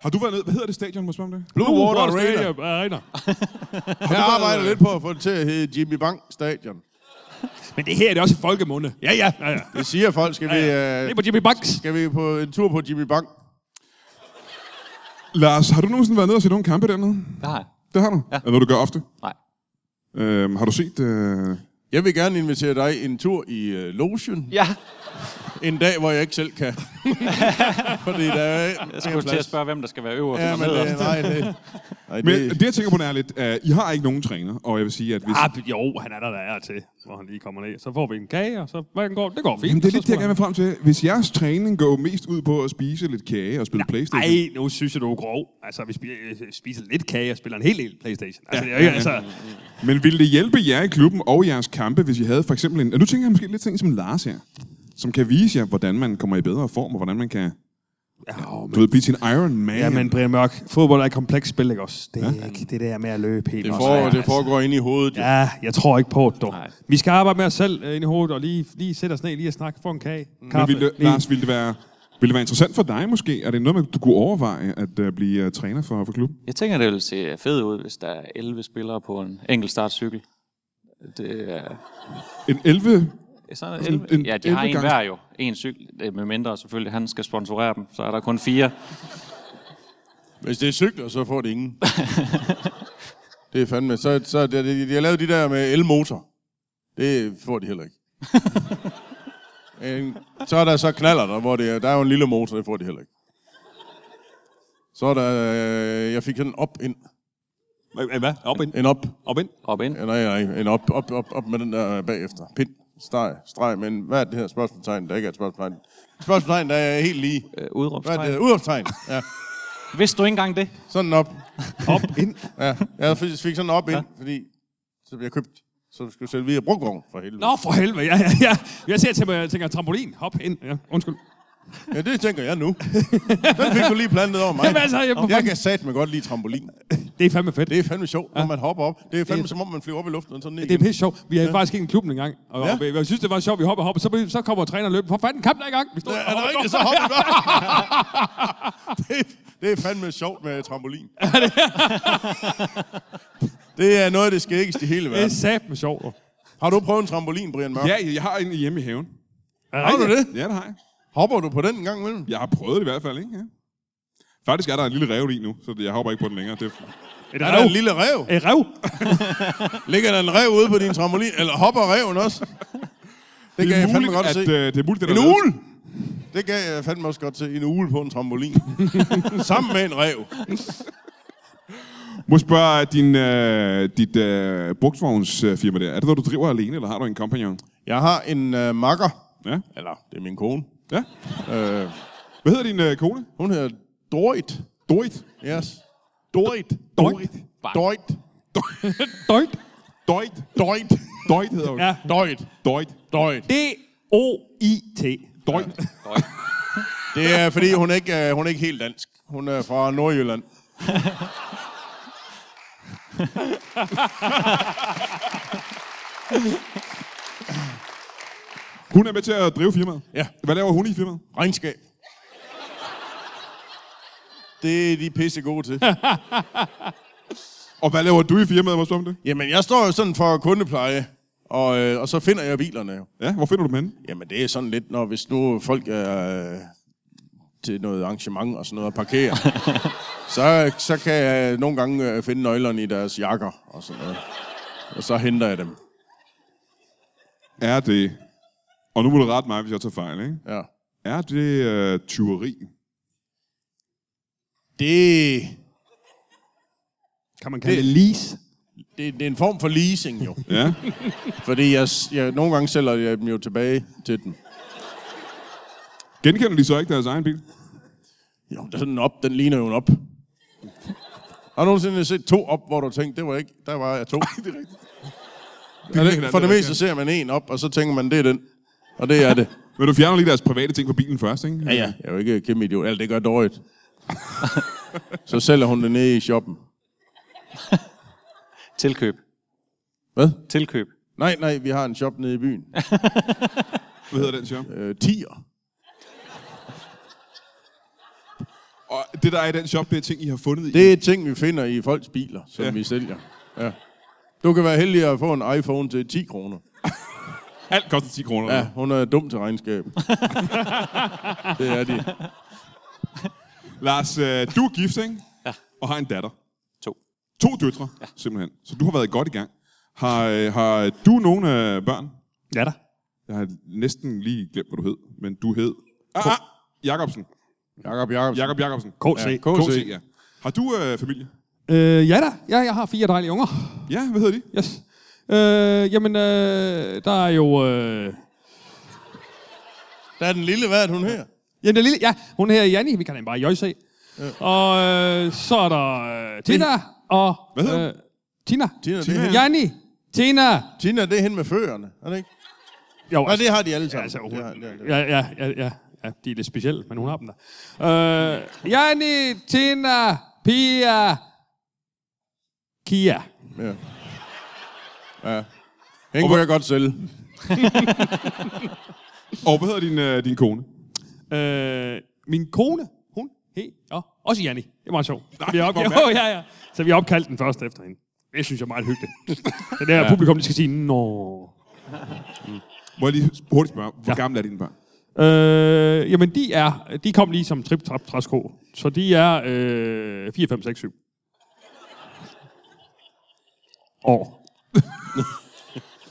Speaker 6: Har du været nede... Hvad hedder det stadion, må jeg spørge om det?
Speaker 5: Blue Water Arena.
Speaker 4: Stadium Arena.
Speaker 5: Jeg arbejder lidt på at få det til at hedde Jimmy Bank Stadion.
Speaker 4: Men det her det er også i folkemunde.
Speaker 5: Ja, ja.
Speaker 4: ja.
Speaker 5: Det siger folk. Skal,
Speaker 4: Det
Speaker 5: vi,
Speaker 4: er
Speaker 5: øh,
Speaker 4: på Jimmy Banks.
Speaker 5: skal vi på en tur på Jimmy Bank?
Speaker 6: Lars, har du nogensinde været nede og set nogle kampe dernede?
Speaker 3: Det har jeg.
Speaker 6: Det har du. Ja. Er det noget, du gør ofte?
Speaker 3: Nej.
Speaker 6: Øhm, har du set... Øh...
Speaker 5: Jeg vil gerne invitere dig en tur i øh, logen.
Speaker 3: Ja,
Speaker 5: En dag, hvor jeg ikke selv kan. Fordi der er,
Speaker 3: jeg skulle til at spørge, hvem der skal være øverst.
Speaker 5: Ja,
Speaker 3: og
Speaker 5: men øh,
Speaker 3: nederst.
Speaker 5: det, nej, det, nej,
Speaker 6: Men
Speaker 5: det,
Speaker 6: det, jeg tænker på, det er lidt... Øh, I har ikke nogen træner, og jeg vil sige, at hvis...
Speaker 4: Ah, jo, han er der, der er til, hvor han lige kommer ned. Så får vi en kage, og så hvordan går det? Det går fint.
Speaker 6: Jamen, det er
Speaker 4: Så
Speaker 6: lidt det, jeg
Speaker 4: spiller
Speaker 6: gerne vil frem til. Hvis jeres træning går mest ud på at spise lidt kage og spille Playstation...
Speaker 4: han. Ej, nu synes jeg, du er grov. Altså, vi spiser, øh, spiser lidt kage og spiller en hel del Playstation. Altså, det er jo ikke, altså...
Speaker 6: Men ville det hjælpe jer i klubben og jeres kampe, hvis I havde for eksempel en... Og nu tænker jeg måske lidt ting som Lars her, som kan vise jer, hvordan man kommer i bedre form, og hvordan man kan
Speaker 4: Ja,
Speaker 6: du ved, blive til en Iron Man.
Speaker 4: Ja, men Brian Mørk, fodbold er et komplekst spil, ikke også? Det er ikke det der med at løbe helt
Speaker 5: det,
Speaker 4: også.
Speaker 5: for, det
Speaker 4: altså.
Speaker 5: foregår inde i hovedet. Ja.
Speaker 4: Ja, jeg tror ikke på det, dog.
Speaker 3: Nej.
Speaker 4: Vi skal arbejde med os selv øh, ind i hovedet, og lige, lige sætte os ned, lige at snakke, få en kage,
Speaker 6: men
Speaker 4: kaffe.
Speaker 6: ville, det,
Speaker 4: lige-
Speaker 6: Lars, ville det, være, ville det være interessant for dig måske? Er det noget, man, du kunne overveje at uh, blive uh, træner for, for klubben?
Speaker 3: Jeg tænker, det ville se fedt ud, hvis der er 11 spillere på en enkelt startcykel. Det er
Speaker 6: En 11...
Speaker 3: sådan
Speaker 6: Sådan
Speaker 3: 11.
Speaker 6: en-
Speaker 3: ja, de har
Speaker 6: 11
Speaker 3: en
Speaker 6: gange-
Speaker 3: hver jo. En cykel, øh, med mindre selvfølgelig. Han skal sponsorere dem, så er der kun fire.
Speaker 5: Hvis det er cykler, så får det ingen. det er fandme. Så, så det, det, de har lavet de der med elmotor. Det får de heller ikke. en, så er der så knaller der, hvor det er, der er jo en lille motor, det får de heller ikke. Så er der, øh, jeg fik sådan en op ind.
Speaker 4: Hvad? Op ind?
Speaker 5: En op.
Speaker 4: Op ind?
Speaker 3: Op ind.
Speaker 5: Ja, nej, nej, en op, op, op, op med den der øh, bagefter. Pind, streg, streg, men hvad er det her spørgsmålstegn, der ikke er et spørgsmålstegn? Spørgsmålstegn, der er helt lige.
Speaker 3: Øh,
Speaker 5: Hvad er det?
Speaker 3: udråbstegn.
Speaker 5: Udopstegn. Ja,
Speaker 3: Vidste du ikke engang det?
Speaker 5: sådan en op.
Speaker 4: Op ind?
Speaker 5: Ja, jeg fik fik sådan en op ind, ja. fordi så jeg købt, så skulle sælge via brugvogn for helvede.
Speaker 4: Nå, for helvede, ja, ja, ja. Jeg ser til mig, jeg tænker, trampolin, hop ind. Ja, undskyld.
Speaker 5: Ja, det tænker jeg nu. Den fik du lige plantet over mig.
Speaker 4: Jamen, altså, jeg-
Speaker 5: jeg, jeg kan satme godt lide trampolin.
Speaker 4: Det er fandme fedt.
Speaker 5: Det er fandme sjovt, når man hopper op. Det er fandme
Speaker 4: Det er-
Speaker 5: som om, man flyver op i luften og sådan ned
Speaker 4: Det er
Speaker 5: igen.
Speaker 4: pisse sjovt. Vi havde ja. faktisk ikke en klub engang. Og,
Speaker 5: Ja.
Speaker 4: ja. og, jeg synes, det var sjovt, vi hopper og hopper. Så, blev- så kommer træneren løbende. For fanden, kamp der er i gang. Vi står
Speaker 5: Ja,
Speaker 4: og
Speaker 5: Er det
Speaker 4: hopper.
Speaker 5: rigtigt, så hopper du op. det, er- det er fandme sjovt med trampolin. det er noget af det skæggeste i hele
Speaker 4: Det er
Speaker 5: verden.
Speaker 4: sat med sjovt. dog.
Speaker 5: Har du prøvet en trampolin, Brian Mørk?
Speaker 6: Ja, jeg har en hjemme i haven.
Speaker 4: Er det
Speaker 5: Har du
Speaker 4: rigtigt?
Speaker 5: det?
Speaker 6: Ja, det har jeg.
Speaker 5: Hopper du på den en gang imellem?
Speaker 6: Jeg har prøvet det i hvert fald, ikke? Ja. Faktisk er der en lille rev i nu, så det- jeg hopper ikke på den længere. Det er
Speaker 4: Et
Speaker 5: Er der
Speaker 4: rev?
Speaker 5: en lille rev?
Speaker 4: Et rev?
Speaker 5: Ligger der en rev ude på din trampolin? Eller hopper reven også? Det kan jeg fandme godt
Speaker 6: at,
Speaker 5: se.
Speaker 6: øh, det er muligt, at
Speaker 5: En
Speaker 6: der er lavet-
Speaker 5: ule! Det kan jeg fandme også godt se. En ule på en trampolin. Sammen med en rev.
Speaker 6: Må jeg spørge din, øh, dit øh, brugtvognsfirma der. Er det noget, du driver alene, eller har du en kompagnon?
Speaker 5: Jeg har en øh, makker.
Speaker 6: Ja.
Speaker 5: Eller, det er min kone.
Speaker 6: ja.
Speaker 5: Øh,
Speaker 6: Hvad hedder din øh, kone?
Speaker 5: hun hedder Dorit.
Speaker 6: Dorit.
Speaker 5: Yes. Dorit.
Speaker 4: Dorit.
Speaker 5: Dorit.
Speaker 4: Døjt.
Speaker 6: Dorit.
Speaker 5: Dorit.
Speaker 6: Dorit hedder hun.
Speaker 4: Ja.
Speaker 5: Dorit.
Speaker 6: Dorit.
Speaker 5: Dorit.
Speaker 4: D-O-I-T.
Speaker 6: Dorit.
Speaker 5: Det er, fordi hun er ikke øh, hun er ikke helt dansk. Hun er fra Nordjylland.
Speaker 6: Hun er med til at drive firmaet.
Speaker 5: Ja.
Speaker 6: Hvad laver hun i firmaet?
Speaker 5: Regnskab. Det er de pisse gode til.
Speaker 6: Og hvad laver du i firmaet? Må jeg spørge om det?
Speaker 5: Jamen, jeg står jo sådan for kundepleje, og, øh, og så finder jeg bilerne jo.
Speaker 6: Ja, hvor finder du dem henne?
Speaker 5: Jamen, det er sådan lidt, når hvis nu folk er øh, til noget arrangement og sådan noget og parkerer, så, så kan jeg nogle gange øh, finde nøglerne i deres jakker og sådan noget. Og så henter jeg dem.
Speaker 6: Er det... Og nu må du rette mig, hvis jeg tager fejl, ikke?
Speaker 5: Ja.
Speaker 6: Er det øh, tyveri?
Speaker 5: Det,
Speaker 4: Kan man kalde det lease?
Speaker 5: det, det, det er en form for leasing jo.
Speaker 6: Ja.
Speaker 5: Fordi jeg, s- jeg, nogle gange sælger jeg dem jo tilbage til dem.
Speaker 6: Genkender de så ikke deres egen bil?
Speaker 5: Jo, den er sådan en op, den ligner jo en op. Har du nogensinde set to op, hvor du tænkte, det var ikke, der var jeg to? det er rigtigt.
Speaker 6: ligner
Speaker 5: for det
Speaker 6: hinanden,
Speaker 5: meste ser man en op, og så tænker man, det er den. Og det er det.
Speaker 6: Men du fjerner lige deres private ting på bilen først, ikke?
Speaker 5: Ja, ja. Jeg er jo ikke kæmpe idiot. Eller det gør Dorit. så sælger hun det nede i shoppen.
Speaker 3: Tilkøb.
Speaker 5: Hvad?
Speaker 3: Tilkøb.
Speaker 5: Nej, nej, vi har en shop nede i byen.
Speaker 6: Hvad hedder den shop?
Speaker 5: Øh, tier.
Speaker 6: Og det, der er i den shop, det er ting, I har fundet i.
Speaker 5: Det er ting, vi finder i folks biler, som
Speaker 6: Ja.
Speaker 5: ja. vi sælger. Ja. Du kan være heldig at få en iPhone til 10 kroner.
Speaker 6: Alt koster 10 kroner.
Speaker 5: Ja, hun er dum til regnskab. det er de.
Speaker 6: Lars, øh, du er gift, ikke? Ja. Og har en datter.
Speaker 3: To.
Speaker 6: To døtre, ja. simpelthen. Så du har været godt i gang. Har, øh, har du nogen øh, børn?
Speaker 4: Ja da.
Speaker 6: Jeg har næsten lige glemt, hvad du hed. Men du hed... Ah, ah, Jacobsen.
Speaker 5: Jakob Jakob.
Speaker 6: Jakob Jacobsen.
Speaker 4: KC.
Speaker 5: Ja,
Speaker 6: KC.
Speaker 5: KC.
Speaker 6: ja. Har du øh, familie?
Speaker 4: Øh, ja da. Ja, jeg har fire dejlige unger.
Speaker 6: Ja, hvad hedder de?
Speaker 4: Yes. Øh, jamen, øh, der er jo... Øh,
Speaker 5: Der er den lille, hvad er det, hun her?
Speaker 4: jamen, den lille, ja, hun her Janni. Vi kan hende bare Jøjse. Og øh, så er der øh, Tina og... øh,
Speaker 6: Hvad hedder hun?
Speaker 4: Tina.
Speaker 5: Tina, det er, hende-
Speaker 4: Janni. Tina.
Speaker 5: Tina, det er hende med førerne, er det ikke?
Speaker 4: Jo,
Speaker 5: Nej, det har de alle sammen.
Speaker 4: altså, hun,
Speaker 5: det har, det har, det har.
Speaker 4: ja, ja, ja, ja, ja, de er lidt specielle, men hun har dem der. Øh, Janni, Tina, Pia, Kia.
Speaker 5: Ja. ja. Hende kunne jeg godt sælge.
Speaker 6: Og hvad hedder din, øh, din kone?
Speaker 4: Øh, min kone, hun hed og også Janni. Det er meget sjovt. Nej, vi er op-
Speaker 6: hvor
Speaker 4: jo,
Speaker 6: mærkeligt.
Speaker 4: ja, ja. Så vi har opkaldt den først efter hende. Det synes jeg er meget hyggeligt. Det der ja. publikum, de skal sige, nå.
Speaker 6: Må jeg lige hurtigt spørge, hvor ja. gamle er dine børn?
Speaker 4: Øh, jamen, de er, de kom lige som trip trap træsko. Så de er øh, 4, 5, 6, 7. År.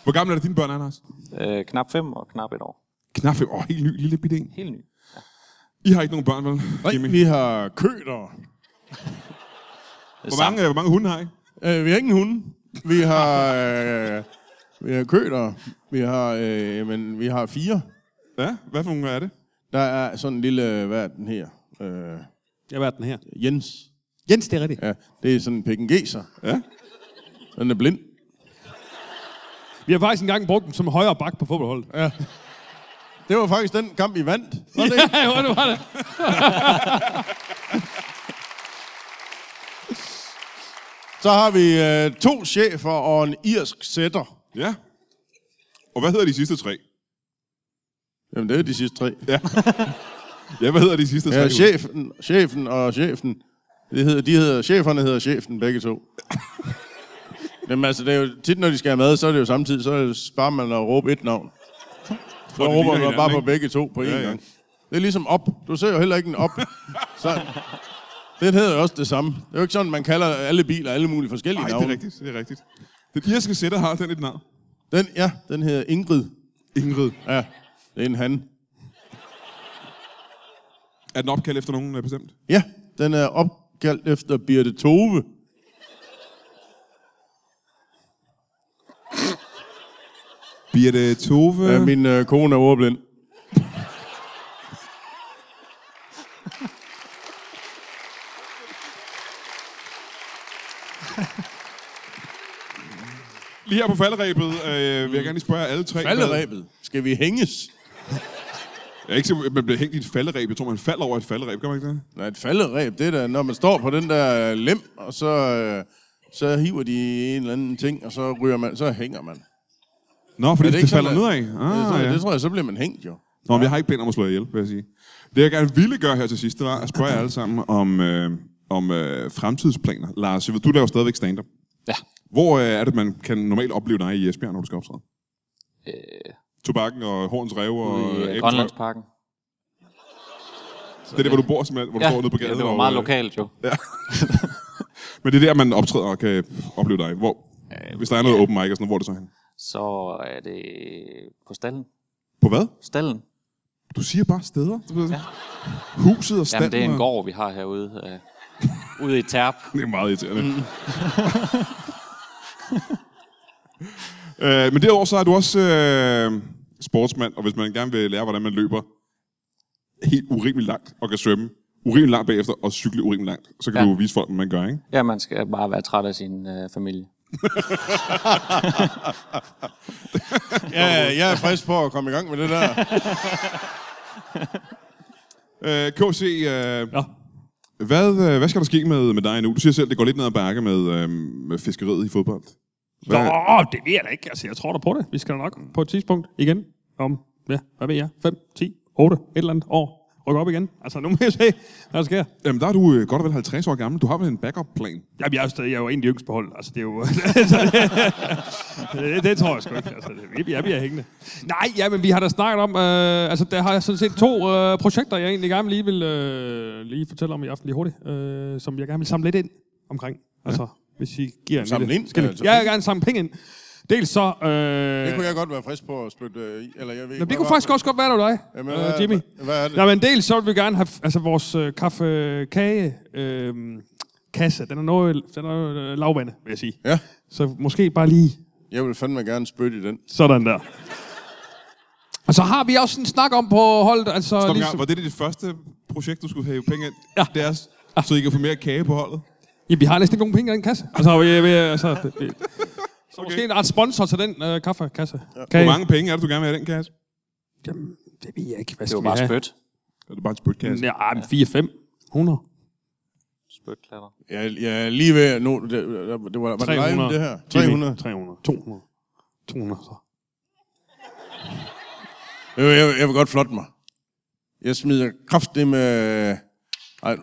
Speaker 6: Hvor gamle er det, dine børn, Anders?
Speaker 3: Øh, knap fem og knap et år.
Speaker 6: Knap fem. Åh, helt ny lille bitte en.
Speaker 3: Helt ny.
Speaker 6: I har ikke nogen børn, vel? Jimmy?
Speaker 5: Nej, vi har køder.
Speaker 6: Hvor mange, øh, hvor mange hunde har I?
Speaker 5: Øh, vi har ingen hunde. Vi har, øh, vi har køder. Vi har, øh, men vi har fire.
Speaker 6: Ja, hvad for nogle er det?
Speaker 5: Der er sådan en lille, hvad er den her? Øh,
Speaker 4: Jeg har været den her.
Speaker 5: Jens.
Speaker 4: Jens, det er rigtigt.
Speaker 5: Ja, det er sådan en pekingeser.
Speaker 6: Ja.
Speaker 5: Den er blind.
Speaker 4: Vi har faktisk engang brugt dem som højre bak på fodboldholdet. Ja,
Speaker 5: Det var faktisk den kamp, I vandt. Var det ikke?
Speaker 4: ja det var det.
Speaker 5: Så har vi øh, to chefer og en irsk sætter.
Speaker 6: Ja. Og hvad hedder de sidste tre?
Speaker 5: Jamen, det er de sidste tre.
Speaker 6: Ja, hvad hedder de sidste tre?
Speaker 5: Ja, chefen, chefen og chefen. Det hedder, de hedder, cheferne hedder chefen, begge to. Jamen altså, det er jo tit, når de skal have mad, så er det jo samtidig, så sparer man at råbe et navn. Så
Speaker 6: det
Speaker 5: råber
Speaker 6: ligner
Speaker 5: man bare på
Speaker 6: hinanden,
Speaker 5: begge to på én
Speaker 6: Ja, ja.
Speaker 5: gang. Det er ligesom op. Du ser jo heller ikke en op. Så, det hedder jo også det samme. Det er jo ikke sådan, man kalder alle biler alle mulige forskellige
Speaker 6: Nej,
Speaker 5: navne.
Speaker 6: det er rigtigt, det er rigtigt. Den irske sætter har den et navn.
Speaker 5: Den, ja, den hedder Ingrid.
Speaker 6: Ingrid.
Speaker 5: Ja, det er en han.
Speaker 6: Er den opkaldt efter nogen øh, bestemt?
Speaker 5: Ja, den er opkaldt efter Birte Tove.
Speaker 6: Birte Tove.
Speaker 5: Ja, min øh, kone er ordblind.
Speaker 6: Lige her på falderæbet øh, vil jeg gerne lige spørge alle tre. hvad-
Speaker 5: Falderæbet. Skal vi hænges?
Speaker 6: Jeg er ikke sikker, på, at man bliver hængt i et falderæb. Jeg tror, man falder over et falderæb. Gør man ikke det?
Speaker 5: Nej, et falderæb, det er da, når man står på den der øh, lem, og så, øh, så hiver de en eller anden ting, og så ryger man, så hænger man.
Speaker 6: Nå, fordi
Speaker 5: Er
Speaker 6: det, det,
Speaker 5: ikke
Speaker 6: det falder
Speaker 5: sådan,
Speaker 6: nedad.
Speaker 5: at- det,
Speaker 6: Ah,
Speaker 5: tror, jeg,
Speaker 6: ja.
Speaker 5: det tror jeg, så bliver man hængt jo.
Speaker 6: Nå, men jeg har ikke bedt om at slå jer ihjel, vil jeg sige. Det, jeg gerne ville gøre her til sidst, det var at spørge jer alle sammen om, øh, om øh, fremtidsplaner. Lars, jeg ved, du laver stadigvæk stand-up.
Speaker 3: Ja.
Speaker 6: Hvor øh, er det, man kan normalt opleve dig i Esbjerg, når du skal optræde?
Speaker 3: Øh,
Speaker 6: Tobakken og Horns Rev og...
Speaker 3: ude i
Speaker 6: Abens
Speaker 3: øh,
Speaker 6: Rev.
Speaker 3: Grønlandsparken.
Speaker 6: Det er der, hvor du bor, simpelthen, hvor du ja, står nede på gaden.
Speaker 3: ja, det var
Speaker 6: og,
Speaker 3: meget
Speaker 6: øh,
Speaker 3: lokalt jo.
Speaker 6: Men det er der, man optræder og kan opleve dig. Hvor, hvis der er noget open mic og sådan noget, hvor er det så hen?
Speaker 3: Så er det på stallen.
Speaker 6: På hvad?
Speaker 3: Stallen?
Speaker 6: Du siger bare steder. Ja. Huset og
Speaker 3: Jamen,
Speaker 6: standen.
Speaker 3: det er en
Speaker 6: og-
Speaker 3: gård, vi har herude. Øh, ude i Terp.
Speaker 6: Det er meget irriterende. Mm. Øh, men derudover så er du også øh, sportsmand, og hvis man gerne vil lære, hvordan man løber helt urimeligt langt og kan svømme urimeligt langt bagefter og cykle urimeligt langt, så kan ja.
Speaker 3: Ja.
Speaker 6: du vise folk, hvad man gør, ikke?
Speaker 3: Ja, man skal bare være træt af sin øh, familie.
Speaker 5: Ja, jeg er frisk på at komme i gang med det der.
Speaker 6: Øh, KC, øh,
Speaker 4: Nå.
Speaker 6: hvad, øh, hvad skal der ske med, med dig nu? Du siger selv, det går lidt ned ad bakke med, øh, med fiskeriet i fodbold. Hvad,
Speaker 4: Nå, det ved jeg da ikke. Altså, jeg tror da på det. Vi skal da nok på et tidspunkt igen om, ja, hvad ved jeg, 5, 10, 8, et eller andet år. Rykke op igen. Altså, nu må jeg se, hvad der sker.
Speaker 6: Jamen, der er du øh, godt og vel 50 år gammel. Du har vel en backup-plan?
Speaker 4: Jamen, jeg er jo, stadig, jeg er jo en af de yngste på holdet. Altså, det er jo... altså, det, det, det, tror jeg sgu ikke. Altså, det, jeg bliver hængende. Nej, ja, men vi har da snakket om... Øh, altså, der har jeg sådan set to øh, projekter, jeg egentlig gerne lige vil øh, lige fortælle om i aften lige hurtigt, øh, som jeg gerne vil samle lidt ind omkring. Altså, hvis I giver en
Speaker 5: Samle
Speaker 4: lille-
Speaker 5: ind?
Speaker 4: Skal
Speaker 5: Altså,
Speaker 4: altså, jeg vil gerne samle penge ind. Dels så... Øh,
Speaker 5: Det
Speaker 4: det
Speaker 5: kunne jeg godt være frisk på at spytte øh, i, eller jeg ved
Speaker 4: Jamen, det
Speaker 5: hvad
Speaker 4: kunne
Speaker 5: var-
Speaker 4: faktisk også godt være der dig,
Speaker 5: Jamen,
Speaker 4: Jamen,
Speaker 5: hvad-
Speaker 4: øh, Jimmy.
Speaker 5: hvad- hvad er det?
Speaker 4: Nej, men dels så vil vi gerne have altså, vores øh, kaffe-kage... Øh, kasse, den er noget, den er noget øh, lavvande, vil jeg sige.
Speaker 5: Ja,
Speaker 4: Så måske bare lige
Speaker 5: jeg vil fandme gerne spytte i den.
Speaker 4: sådan der. Og så har vi også en snak om på holdet, altså...
Speaker 6: Stop ligesom...
Speaker 4: ligesom,
Speaker 6: Var det dit første projekt, du skulle have penge ind?
Speaker 4: Ja.
Speaker 6: Det er, s- så I kan få mere kage på holdet?
Speaker 4: jamen, vi har næsten ikke nogen penge i den kasse. Altså, vi, vi, altså det, det. Så okay. måske en art sponsor til den øh, kaffekasse. Ja.
Speaker 6: Hvor mange penge er det, du gerne vil have i den kasse?
Speaker 4: Jamen, det ved jeg ikke. Hvad
Speaker 3: Det var bare spyt.
Speaker 6: Er det bare et spytkasse?
Speaker 4: Ja, 4-5. 100.
Speaker 3: Spytklatter.
Speaker 5: Jeg, jeg er lige ved at nå... Det, det, det var, var det live, det her?
Speaker 4: 300.
Speaker 5: 300.
Speaker 4: 200. 200, så.
Speaker 5: Jeg, vil- jeg, vil- jeg vil godt flotte mig. Jeg smider kraft det med... Ej.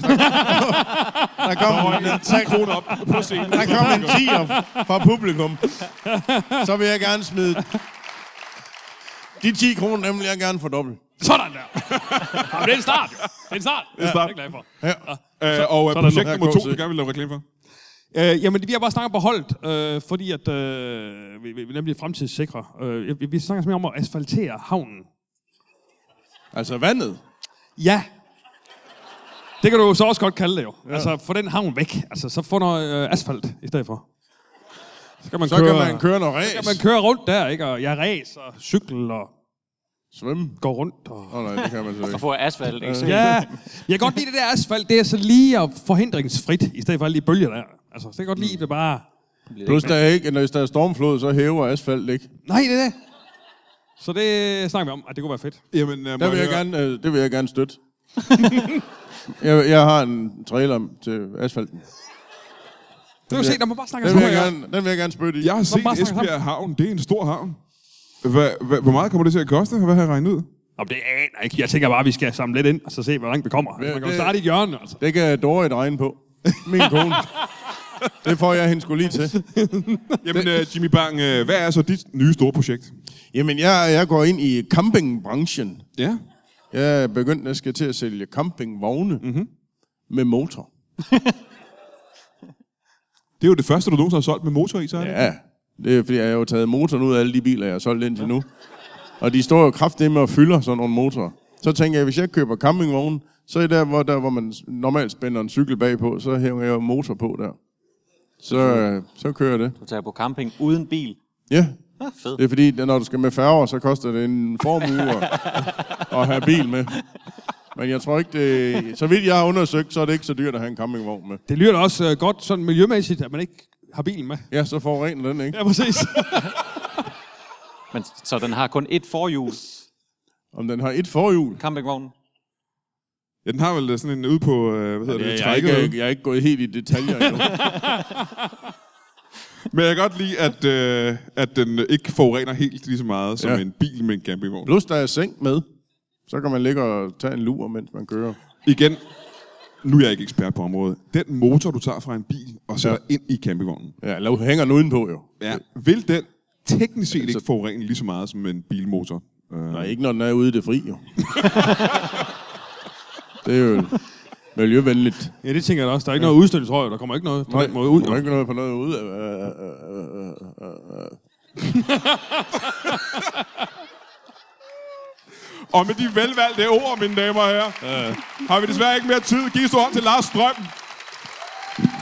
Speaker 5: Der kom en, tak,
Speaker 6: kroner op på scenen.
Speaker 5: der kom en tiger fra publikum. Så vil jeg gerne smide... De 10 kroner, dem vil jeg gerne fordoble.
Speaker 4: Sådan der. Jamen, det er en start. jo. Det er en start. Det er en
Speaker 6: start.
Speaker 4: Jeg er glad for.
Speaker 6: Øh, og øh,
Speaker 4: så er der
Speaker 5: noget.
Speaker 6: projekt
Speaker 5: Her
Speaker 6: nummer to,
Speaker 5: går
Speaker 6: du
Speaker 5: til.
Speaker 6: gerne vil lave reklame for?
Speaker 4: Øh, jamen, vi har bare snakket på holdet, øh, fordi at, øh, vi, vi, vi nemlig fremtidssikre. Øh, vi, vi snakker mere om at asfaltere havnen.
Speaker 5: Altså vandet.
Speaker 4: Ja. Det kan du jo så også godt kalde det jo. Ja. Altså, få den havn væk. Altså, så få noget øh, asfalt i stedet for. Så kan man,
Speaker 5: Så
Speaker 4: køre,
Speaker 5: kan man køre noget
Speaker 4: kan man
Speaker 5: ræs.
Speaker 4: køre rundt der, ikke? Og jeg ræs og cykel og
Speaker 5: Svømme.
Speaker 4: går rundt og...
Speaker 5: Åh oh, nej, det kan man så
Speaker 3: Og
Speaker 5: ikke.
Speaker 3: få asfalt, ikke?
Speaker 4: Ja, jeg kan godt lide det der asfalt. Det er så lige og forhindringsfrit, i stedet for alle de bølger der. Altså, så kan jeg godt lide det bare...
Speaker 5: Plus der er ikke, når hvis der er stormflod, så hæver asfalt ikke.
Speaker 4: Nej, det er det. Så det snakker vi om, at det kunne være fedt.
Speaker 6: Jamen, øh, må
Speaker 5: Der vil jeg
Speaker 6: høre-
Speaker 5: gerne, øh, det vil jeg gerne støtte. jeg, jeg har en trailer til asfalten.
Speaker 4: Det er jo set, når man bare snakker
Speaker 5: Den vil jeg
Speaker 4: sammen.
Speaker 5: gerne, den vil jeg gerne spytte i.
Speaker 6: Jeg har set
Speaker 4: bare snakke
Speaker 6: Esbjerg Havn. Det er en stor havn. Hva, hva, hvor meget kommer det til at koste? Hvad har jeg regnet ud?
Speaker 4: Nå, men det aner jeg ikke. Jeg tænker bare, at vi skal samle lidt ind, og så se, hvor langt vi kommer. Altså, man kan jo
Speaker 5: det-
Speaker 4: starte i et hjørne, altså.
Speaker 5: Det kan Dora et regne på. Min kone. Det får jeg hende skulle lige til.
Speaker 6: Jamen, øh, Jimmy Bang, øh, hvad er så dit nye store projekt?
Speaker 5: Jamen, jeg, jeg går ind i campingbranchen.
Speaker 6: Ja.
Speaker 5: Jeg er begyndt, jeg skal til at sælge campingvogne
Speaker 6: Mhm.
Speaker 5: mm-hmm. med motor.
Speaker 6: Det er jo det første, du nogensinde har solgt med motor i, så er det?
Speaker 5: Ja, det er fordi, jeg har jo taget motoren ud af alle de biler, jeg har solgt indtil nu. Og de står jo kraftigt med og fylder sådan nogle motorer. Så tænker jeg, hvis jeg køber campingvognen, så er der, hvor, der, hvor man s- normalt spænder en cykel bagpå, så hæver jeg jo motor på der. Så, øh, så kører det.
Speaker 3: Du tager på camping uden bil.
Speaker 5: Ja,
Speaker 3: Ah, fed.
Speaker 5: det er fordi, når du skal med færger, så koster det en formue at, at have bil med. Men jeg tror ikke, det... Så vidt jeg har undersøgt, så er det ikke så dyrt at have en campingvogn med.
Speaker 4: Det lyder da også øh, godt sådan miljømæssigt, at man ikke har bilen med.
Speaker 5: Ja, så forurener den, ikke?
Speaker 4: Ja, præcis.
Speaker 3: Men, så den har kun ét forhjul,
Speaker 5: Om den har et forhjul.
Speaker 3: campingvognen.
Speaker 6: Ja, den har vel øh, sådan en ude på, øh, hvad hedder det,
Speaker 5: Jeg er,
Speaker 6: trækket.
Speaker 5: ikke, jeg er ikke gået helt i detaljer endnu.
Speaker 6: Men jeg kan godt lide, at, øh, at den ikke forurener helt lige så meget som
Speaker 5: Ja.
Speaker 6: ja. en bil med en campingvogn.
Speaker 5: Plus, der er seng med. Så kan man ligge og tage en lur, mens man kører.
Speaker 6: Igen, nu er jeg ikke ekspert på området. Den motor, du tager fra en bil og sætter ja. ind i campingvognen,
Speaker 5: Ja, lav, hænger den udenpå jo.
Speaker 6: ja. vil den teknisk set ikke forurene lige så meget som en bilmotor? Øh,
Speaker 5: Nej, ikke når den er ude i det fri jo. det er jo miljøvenligt.
Speaker 4: ja, det tænker jeg da også. Der er ikke noget udstødning, tror jeg. Der kommer ikke noget på den måde ud.
Speaker 5: Der er ikke noget på noget ude. Øh, øh, øh, øh, øh, øh.
Speaker 6: Og med de velvalgte ord, mine damer og herrer, øh. har vi desværre ikke mere tid. Giv en stor hånd til Lars Strøm,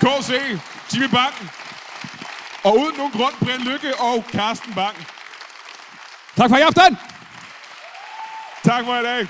Speaker 6: KC, Jimmy Banken, Og uden nogen grund, Brian Lykke og Carsten Bang.
Speaker 4: Tak for i aften!
Speaker 6: Tak for i dag.